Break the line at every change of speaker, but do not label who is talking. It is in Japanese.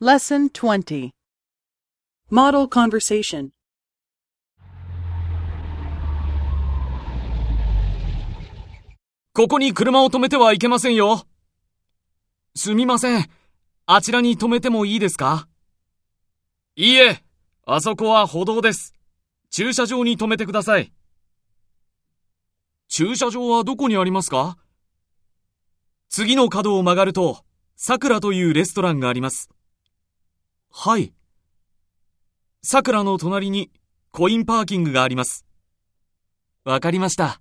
Lesson 20 Model Conversation
ここに車を止めてはいけませんよ。すみません。あちらに止めてもいいですかいいえ、あそこは歩道です。駐車場に止めてください。駐車場はどこにありますか次の角を曲がると、桜というレストランがあります。はい。桜の隣にコインパーキングがあります。わかりました。